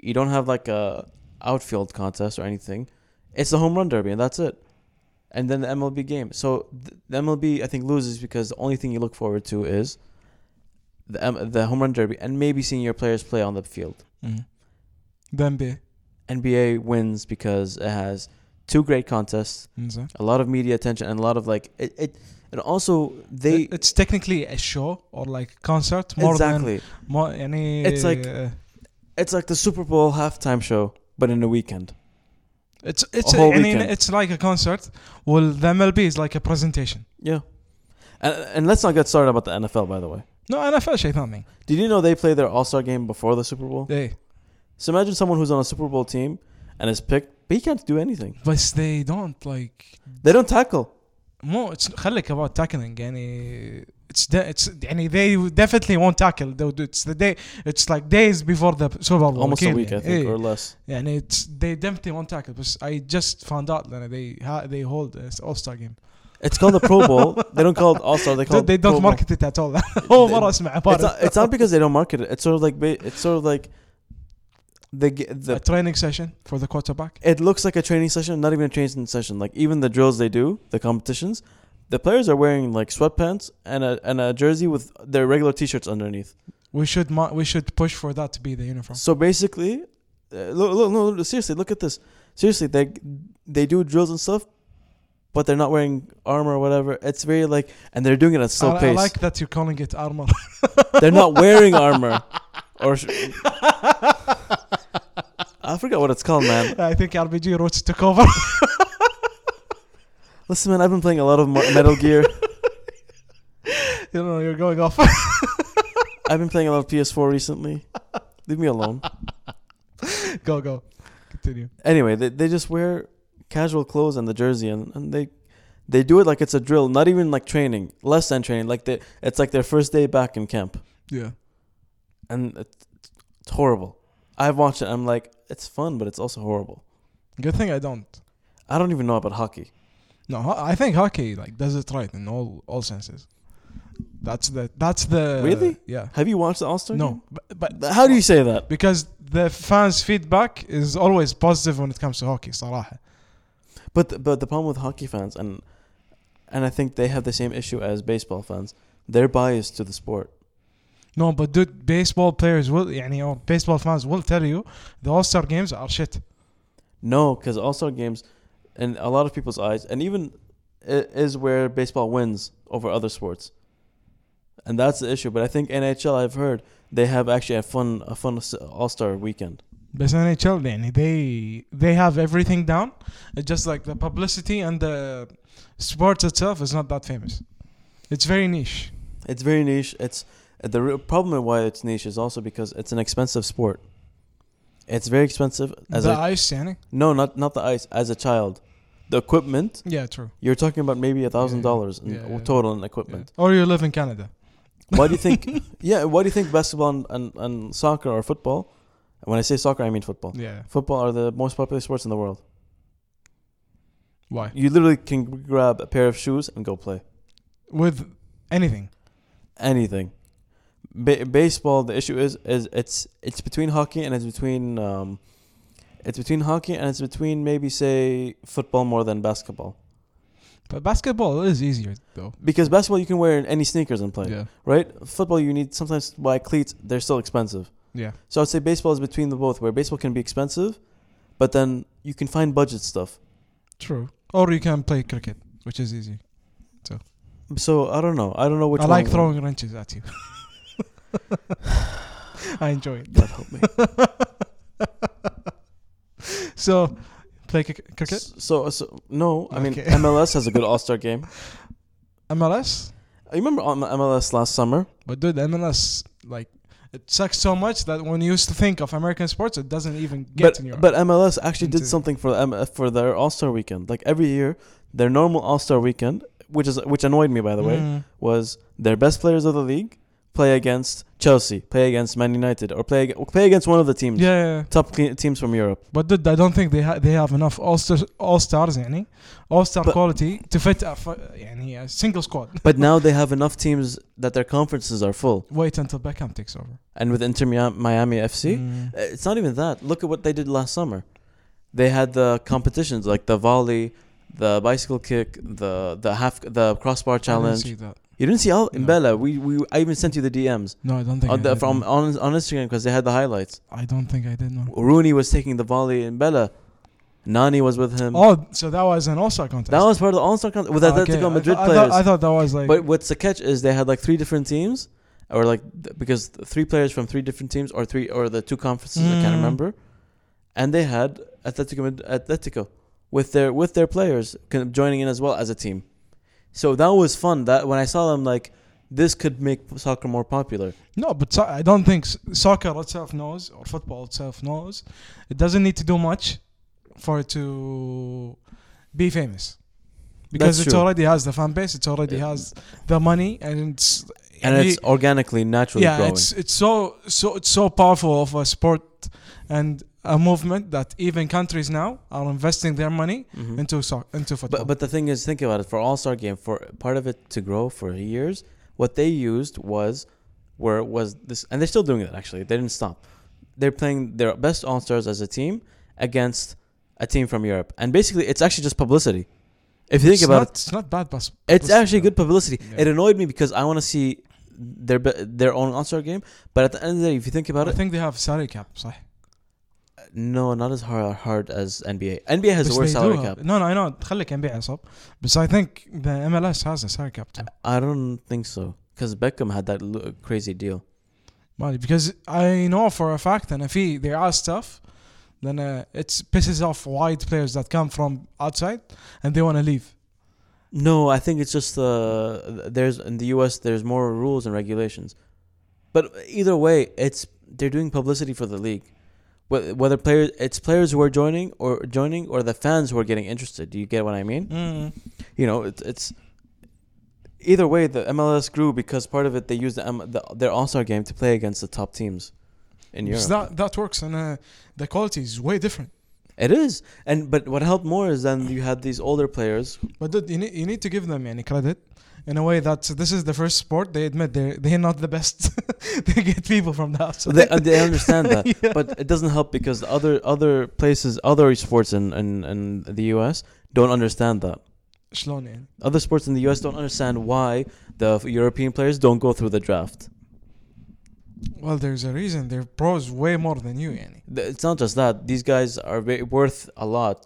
You don't have like a outfield contest or anything. It's the home run derby, and that's it. And then the MLB game. So th- the MLB, I think, loses because the only thing you look forward to is the M- the home run derby and maybe seeing your players play on the field. The NBA. NBA wins because it has two great contests, إنزين. a lot of media attention, and a lot of like it. it and also they It- it's technically a show or like concert more exactly. than more يعني It's like- uh, It's like the Super Bowl halftime show, but in a weekend. it's it's a whole يعني weekend. it's like a concert well the MLB is like a presentation Yeah. And, and let's not get started about the NFL, by the way. no NFL شيء ثاني Did you know they play their All Star game before the Super Bowl? they So imagine someone who's on a Super Bowl team and is picked, but he can't do anything. but they don't like They don't tackle. مو it's خليك about tackling يعني it's de- it's يعني they definitely won't tackle they would do- it's the day it's like days before the Super Bowl Almost a أكيد week, I يعني. think, إيه. or less. يعني it's they definitely won't tackle but I just found out that they ha- they hold an All Star game It's called the Pro Bowl. they don't call it All Star. They call they, it they Pro don't Bowl. market it at all أول They- مرة أسمع It's about not, it's not because they don't market it. It's sort of like ba- it's sort of like the g- it. a the. training session for the quarterback It looks like a training session, not even a training session. Like even the drills they do, the competitions, the players are wearing like sweatpants and a and a jersey with their regular T-shirts underneath. we should mo- we should push for that to be the uniform So basically, uh, look, look, no, no, seriously, look at this. Seriously, they they do drills and stuff, but they're not wearing armor or whatever. It's very like, and they're doing it at slow I, I pace. like that you're calling it armor they're not wearing armor, or sh- I forgot what it's called, man. I think RBG roots took over Listen, man, I've been playing a lot of Mo- Metal Gear. you know you're going off I've been playing a lot of PS4 recently. Leave me alone. go go continue Anyway, they they just wear casual clothes and the jersey, and, and they they do it like it's a drill, not even like training, less than training. Like they, it's like their first day back in camp. yeah and it's, it's horrible. I've watched it. I'm like, it's fun, but it's also horrible. good thing I don't I don't even know about hockey. No, ho- I think hockey like does it right in all all senses. That's the that's the Really? yeah. Have you watched the All Star? No, but, but How do you say that? because the fans' feedback is always positive when it comes to hockey. صراحة. But the, but the problem with hockey fans and and I think they have the same issue as baseball fans. They're biased to the sport. No, but dude, baseball players will يعني or baseball fans will tell you the All Star games are shit. No, because All Star games, in a lot of people's eyes, and even i- is where baseball wins over other sports, and that's the issue. But I think NHL, I've heard they have actually a fun a fun All Star weekend. بس NHL يعني they they have everything down. It's just like the publicity and the sports itself is not that famous. It's very niche. It's very niche. It's the real problem why it's niche is also because it's an expensive sport. It's very expensive as the a ice يعني no, not not the ice. As a child, the equipment yeah true. you're talking about maybe a thousand dollars in Yeah, yeah. total in Yeah. equipment. Or you live in Canada. Why do you think? yeah, why do you think basketball and, and, and soccer or football? When I say soccer, I mean football. Yeah. Football are the most popular sports in the world. Why? You literally can grab a pair of shoes and go play With anything. anything. Ba- baseball, the issue is is it's it's between hockey and it's between um, it's between hockey and it's between maybe say football more than basketball But basketball is easier though. because basketball you can wear any sneakers and play Yeah. right. Football you need sometimes to buy cleats. They're still expensive. Yeah. So I'd say baseball is between the both where baseball can be expensive, but then you can find budget stuff. True. Or you can play cricket, which is easy. So I don't know. I don't know which I one like it is. throwing wrenches at you. I enjoy it. God help me. So play cric- cricket? So, so no, I mean Okay. MLS has a good All Star game. MLS? You remember on MLS last summer? But dude, MLS like it sucks so much that when you used to think of American sports, it doesn't even get but, in your but MLS actually did into- something for M- uh, for their All Star weekend. Like every year, their normal All Star weekend, which is which annoyed me by the way, Mm. was their best players of the league play against Chelsea, play against Man United, or play ag- play against one of the teams, Yeah, yeah, yeah. top cle- teams from Europe. but dude, I don't think they ha- they have enough all stars, all stars, يعني, all star But- quality to fit a, fu- يعني, a single squad. But now they have enough teams that their conferences are full, Wait until Beckham takes over. and with Inter Mia- Miami FC. Mm. It's not even that. Look at what they did last summer. they had the competitions like the volley, the bicycle kick, the the half the crossbar I challenge. didn't see that. You didn't see all No. Mbella. We we I even sent you the DMs No, I don't think. on I the, did, from Um, no. on on Instagram because they had the highlights. I don't think I did. No. Rooney was taking the volley and Bella. Nani was with him. Oh, so that was an All-Star contest. that was part of the All-Star contest with Ah, Atletico okay. I Madrid thought- I, players. thought, I thought that was like. But what's the catch is they had like three different teams, or like th- because th- three players from three different teams, or three or the two conferences I can't Mm. remember, and they had Atletico Mad- Atletico with their with their players kind of joining in as well as a team. So that was fun. That when I saw them, like this could make soccer more popular. No, but so- I don't think s- soccer itself knows or football itself knows. It doesn't need to do much for it to be famous because That's it true. already has the fan base. It already It- has the money, and it's and he- it's organically, naturally yeah, growing. it's it's so so it's so powerful of a sport and a movement that even countries now are investing their money Mhm. into soc into football. But but the thing is, think about it. For All Star Game, for part of it to grow for years, what they used was where was this, and they're still doing it. Actually, they didn't stop. They're playing their best All Stars as a team against a team from Europe, and basically, it's actually just publicity. If you think it's about not, it's not bad, but it, it's actually good publicity. Yeah. It annoyed me because I want to see their be- their own All Star game. But at the end of the day, if you think about I it, think they have salary cap. صح? no, not as hard, hard as NBA. NBA has بس a worse they do salary have- cap. No, no, I know. خليك NBA عصب. But I think the MLS has a salary cap too. I don't think so because Beckham had that l- crazy deal. Money because I know for a fact and if he there are stuff then uh, it pisses off wide players that come from outside and they want to leave. No, I think it's just the there's in the U.S. There's more rules and regulations, but either way, it's they're doing publicity for the league. Wh- Whether players, it's players who are joining or joining, or the fans who are getting interested. Do you get what I mean? You know, it's it's either way. The MLS grew because part of it they used the, M- the their All Star game to play against the top teams in Europe. Because that that works and uh, the quality is way different. it is, and but what helped more is then you had these older players But dude, you need, you need to give them any credit in a way that this is the first sport they admit they're they're not the best. they get people from the So outside. they, uh, they understand that, Yeah. but it doesn't help because the other other places, other sports in, in, in the U.S. don't understand that. شلون يعني؟ Other sports in the U.S. don't understand why the f- European players don't go through the draft. Well, there's a reason they're pros way more than you, يعني. Th- It's not just that; these guys are ve- worth a lot.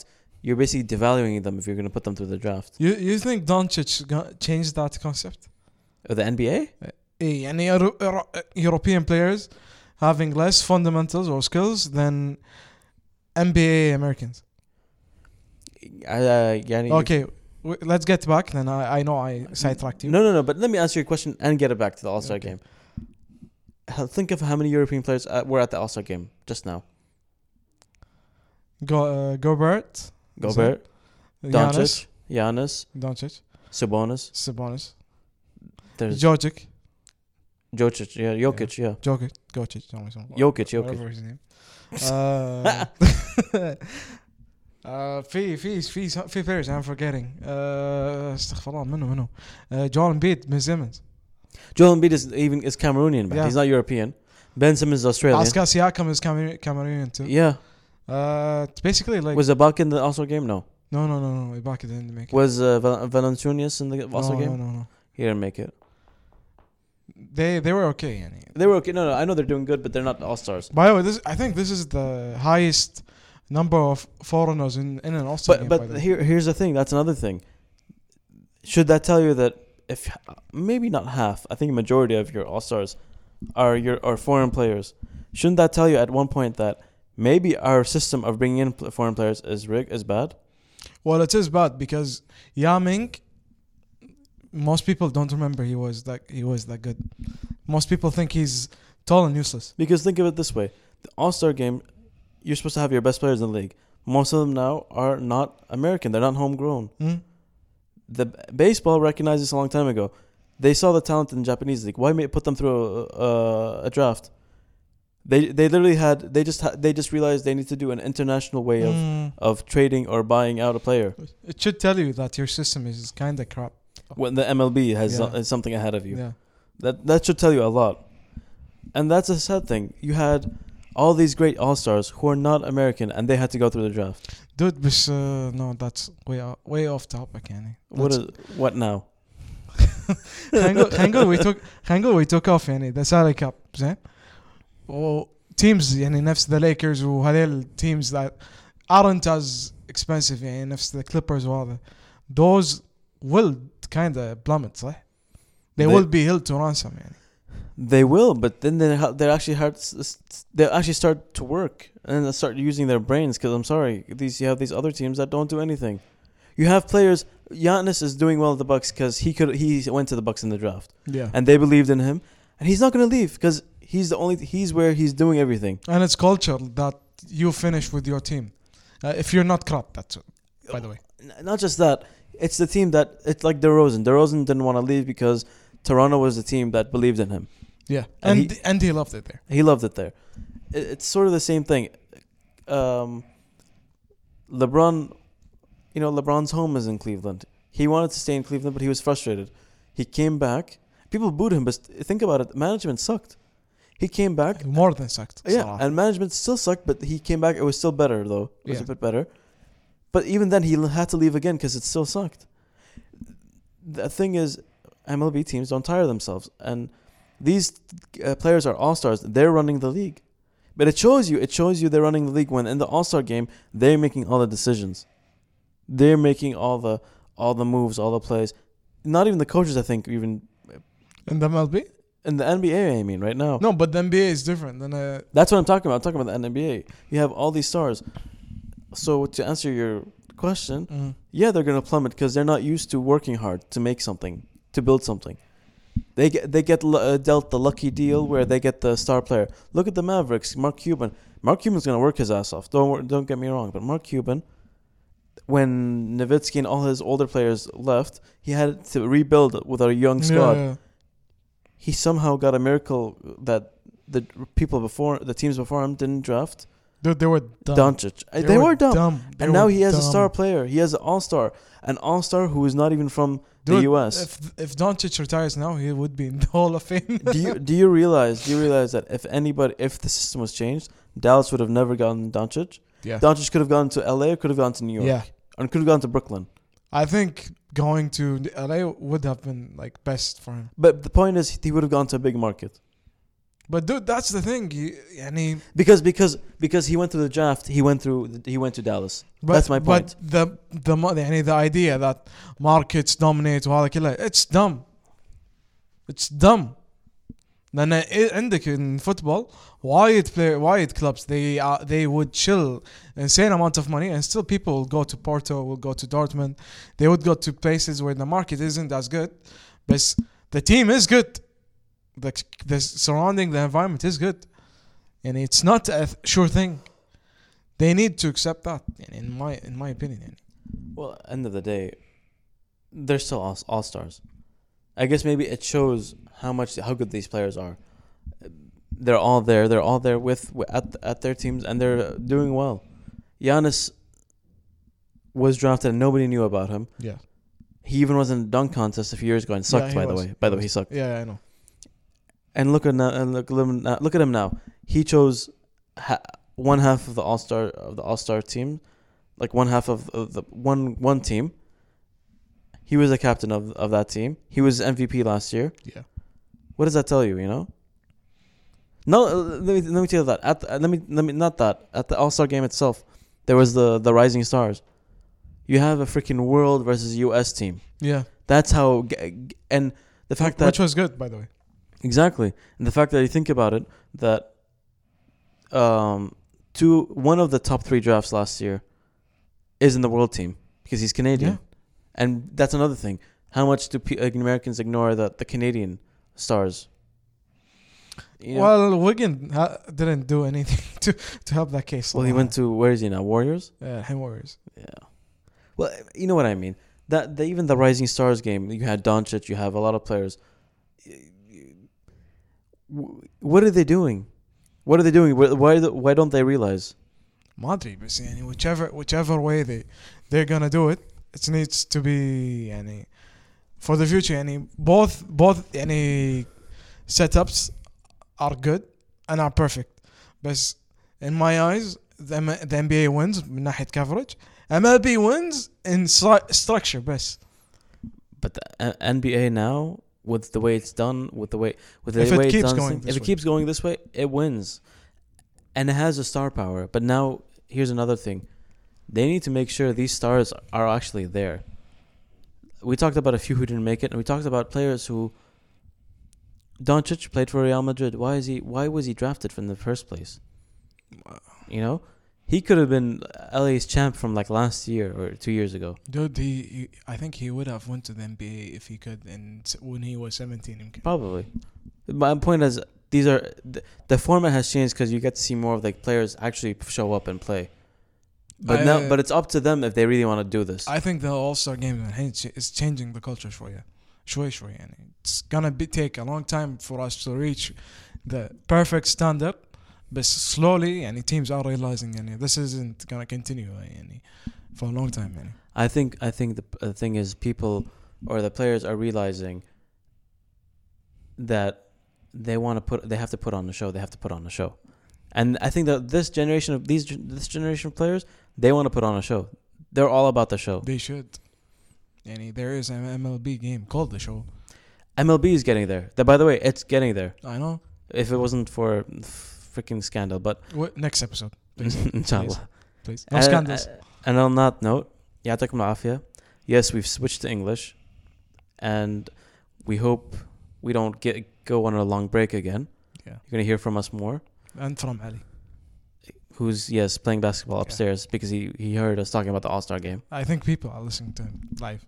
You're basically devaluing them if you're going to put them through the draft. You you think Doncic go- changed that concept? Uh, The NBA? اي يعني Eh, Euro- Euro- European players having less fundamentals or skills than NBA Americans. I, I, يعني- Okay, w- let's get back. Then I, I know I sidetracked you. No, no, no. But let me answer your question and get it back to the All Star Okay. game. H- Think of how many European players uh, were at the All Star game just now. Go, uh, Gobert, Gobert, Giannis, Doncic, Giannis, Doncic, Sabonis. Sabonis, There's Jokic, Jokic, yeah, Jokic, yeah. Jokic, Jokic, oh my God, Jokic, Jokic. whatever his name. Uh, آه، في في في في players I'm forgetting. آه، استغفر الله منو منو؟ Uh, آه، جول امبيد بن سيمنز. Joel Embiid is even is Cameroonian, but Yeah. he's not European. Ben Simmons is Australian. Pascal Siakam is Cameroon- Cameroonian too. Yeah, Uh, it's basically like was Ibaka in the All-Star game? No. no, no, no, no. Ibaka didn't make it. Was uh, Val- Valanciunas in the No, All-Star game? no, no, no. He didn't make it. They they were okay. Yani. They were okay. No, no, I know they're doing good, but they're not All-Stars. By the way, this I think this is the highest number of foreigners in, in an All Star game. But by the but way. here here's the thing. That's another thing. Should that tell you that if maybe not half, I think a majority of your All-Stars are your are foreign players. Shouldn't that tell you at one point that maybe our system of bringing in pl- foreign players is rig is bad? well, it is bad because Yaming. Most people don't remember he was that he was that good. Most people think he's tall and useless. Because think of it this way: the All Star game, you're supposed to have your best players in the league. Most of them now are not American; they're not homegrown. Hmm? The b- baseball recognized this a long time ago. They saw the talent in the Japanese league. Why ma- put them through a, a, a draft? They they literally had they just ha- they just realized they need to do an international way of Hmm. of trading or buying out a player It should tell you that your system is kind of crap. when the MLB has Yeah. so- is something ahead of you. Yeah. That that should tell you a lot. And that's a sad thing. You had all these great all stars who are not American and they had to go through the draft. dude بس uh, no that's way off, way off topic يعني What That's- is what now? خلينا نقول- خلينا نقول we took خلينا نقول we took off يعني the Sally Cup زين و teams يعني نفس the Lakers وهذيل teams that aren't as expensive يعني نفس the Clippers وهذا those will kinda plummet صح؟ they They- will be held to ransom يعني They will, but then they ha- they actually hard, s- s- they actually start to work and they start using their brains. Because I'm sorry, these you have these other teams that don't do anything. You have players. Giannis is doing well at the Bucks because he could he went to the Bucks in the draft yeah and, and they believed in him, and he's not going to leave because he's the only he's where he's doing everything. it's culture that you finish with your team uh, if you're not crap that's it, by the way N- Not just that, it's the team that it's like DeRozan. DeRozan didn't want to leave because Toronto was the team that believed in him. yeah and And and he, loved it there He loved it there. It, it's sort of the same thing. Um, LeBron, you know, LeBron's home is in Cleveland. He wanted to stay in Cleveland, but he was frustrated. He came back. People booed him, but st- think about it. Management sucked. He came back. more than sucked Yeah, صراحة. and management still sucked, but he came back. It was still better though. It was Yeah. a bit better. But even then, he l- had to leave again because it still sucked. The thing is, MLB teams don't tire themselves, and these uh, players are all stars. They're running the league, but it shows you. It shows you they're running the league when in the All Star game they're making all the decisions, they're making all the all the moves, all the plays. Not even the coaches, I think, even in the MLB in the NBA. I mean, right now. No, but the NBA is different than a That's what I'm talking about. I'm talking about the NBA. You have all these stars. So to answer your question, yeah, they're gonna plummet because they're not used to working hard to make something, to build something. They get they get lu- uh, dealt the lucky deal where they get the star player. Look at the Mavericks, Mark Cuban. Mark Cuban's gonna work his ass off. Don't wor- don't get me wrong, but Mark Cuban, when Nowitzki and all his older players left, he had to rebuild with a young squad Yeah, he somehow got a miracle that the people before the teams before him didn't draft Dude, they were dumb. Doncic. Uh, They, were, dumb. They and now were he has a star dumb. player. He has an all-star, an all-star who is not even from the Dude, US. If if Doncic retires now, he would be in the Hall of Fame. do you do you realize do you realize that if anybody if the system was changed, Dallas would have never gotten Doncic. Yeah. Doncic could have gone to LA or could have gone to New York Yeah, and could have gone to Brooklyn. I think going to LA would have been like best for him. But the point is he would have gone to a big market. But dude, that's the thing. You, and he, Because because because he went through the draft, he went through he went to Dallas. but, That's my point. But the the mo- يعني the idea that markets dominate وهذا كله it's dumb. It's dumb. لأن إيه عندك in football وايد play وايد clubs they are, they would chill insane amount of money and still people will go to Porto will go to Dortmund they would go to places where the market isn't as good but the team is good the the surrounding the environment is good and it's not a th- sure thing they need to accept that in my in my opinion يعني. Well, end of the day, they're still all, all stars. I guess maybe it shows how much how good these players are. They're all there. They're all there with at at their teams, and they're doing well. Giannis was drafted, and nobody knew about him. Yeah. He even was in a dunk contest a few years ago and sucked. he by was. the way, by the way, he sucked. yeah I know And look at now, and look at him now. Look at him now. He chose ha- one half of the all star of the all star team, like one half of, of the one one team. He was the captain of of that team. He was MVP last year. yeah What does that tell you? You know. No, uh, let me let me tell you that. At the, uh, let me let me not that at the All Star game itself, there was the the Rising Stars. You have a freaking world versus U.S. team. yeah That's how g- g- and the fact that which was good by the way Exactly, and the fact that you think about it, that um, two one of the top three drafts last year is in the world team because he's Canadian, Yeah. and that's another thing. How much do pe- like, Americans ignore that the Canadian stars? You know- well, well Wigan ha- didn't do anything to to help that case he went to where is he now? Warriors. uh, him Warriors Yeah. Well, you know what I mean. That the, even the Rising Stars game, you had Doncic, you have a lot of players. W- What are they doing? What are they doing? Wh- Why the- why don't they realize? ما ادري بس يعني whichever whichever way they they're gonna do it it needs to be يعني for the future يعني both both يعني setups are good and are perfect بس in my eyes, the, M- the NBA wins من ناحية coverage. MLB wins in stru- structure بس. But the uh, NBA now, with the way it's done, with the way with the If it way it's keeps done, going if this it way. keeps going this way, it wins, and it has a star power. But now here's another thing: they need to make sure these stars are actually there. We talked about a few who didn't make it, and we talked about players who. Doncic played for Real Madrid. Why is he? Why was he drafted from the first place? You know, he could have been LA's champ from like last year or two years ago. Dude, he, he, I think he would have went to the NBA if he could in, s- when he was 17. يمكن. Probably. My point is, these are the, the format has changed because you get to see more of like players actually show up and play. But I- now, but it's up to them if they really want to do this. I think the All Star game is changing the culture شوية. شوي شوي يعني. It's gonna be take a long time for us to reach the perfect standard. But slowly يعني teams are realizing يعني this isn't gonna continue يعني for a long time يعني. I think I think the uh, thing is people or the players are realizing that they want to put they have to put on the show they have to put on the show, and I think that this generation of these gen- this generation of players they want to put on a show. They're all about the show. They should. يعني there is an MLB game called the show. MLB is getting there. That by the way, it's getting there. I know. If it wasn't for freaking scandal, but What next episode? Please. inshallah. Uh, Please. No And- scandals. And on that note, يعطيكم العافية. Yes, we've switched to English, and we hope we don't get go on a long break again. Yeah. You're gonna hear from us more. And from Ali. Who's yes playing basketball Yeah. upstairs because he he heard us talking about the All Star game. Oh, I think people are listening to him live.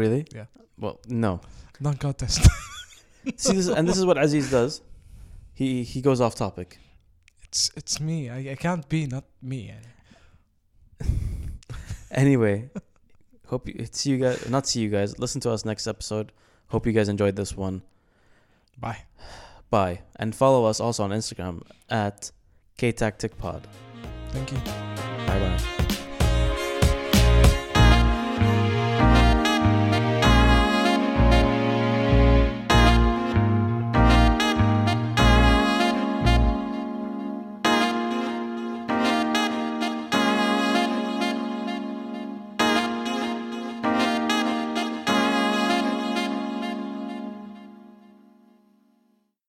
Really? Yeah. Well, no. Non contest. See, this, and this is what Aziz does. He he goes off topic. it's it's me. I, I can't be not me eh. يعني. Anyway, hope you see you guys. Not see you guys. Listen to us next episode. Hope you guys enjoyed this one. Bye. Bye. And follow us also on Instagram at KTacticPod. Thank you. Bye bye.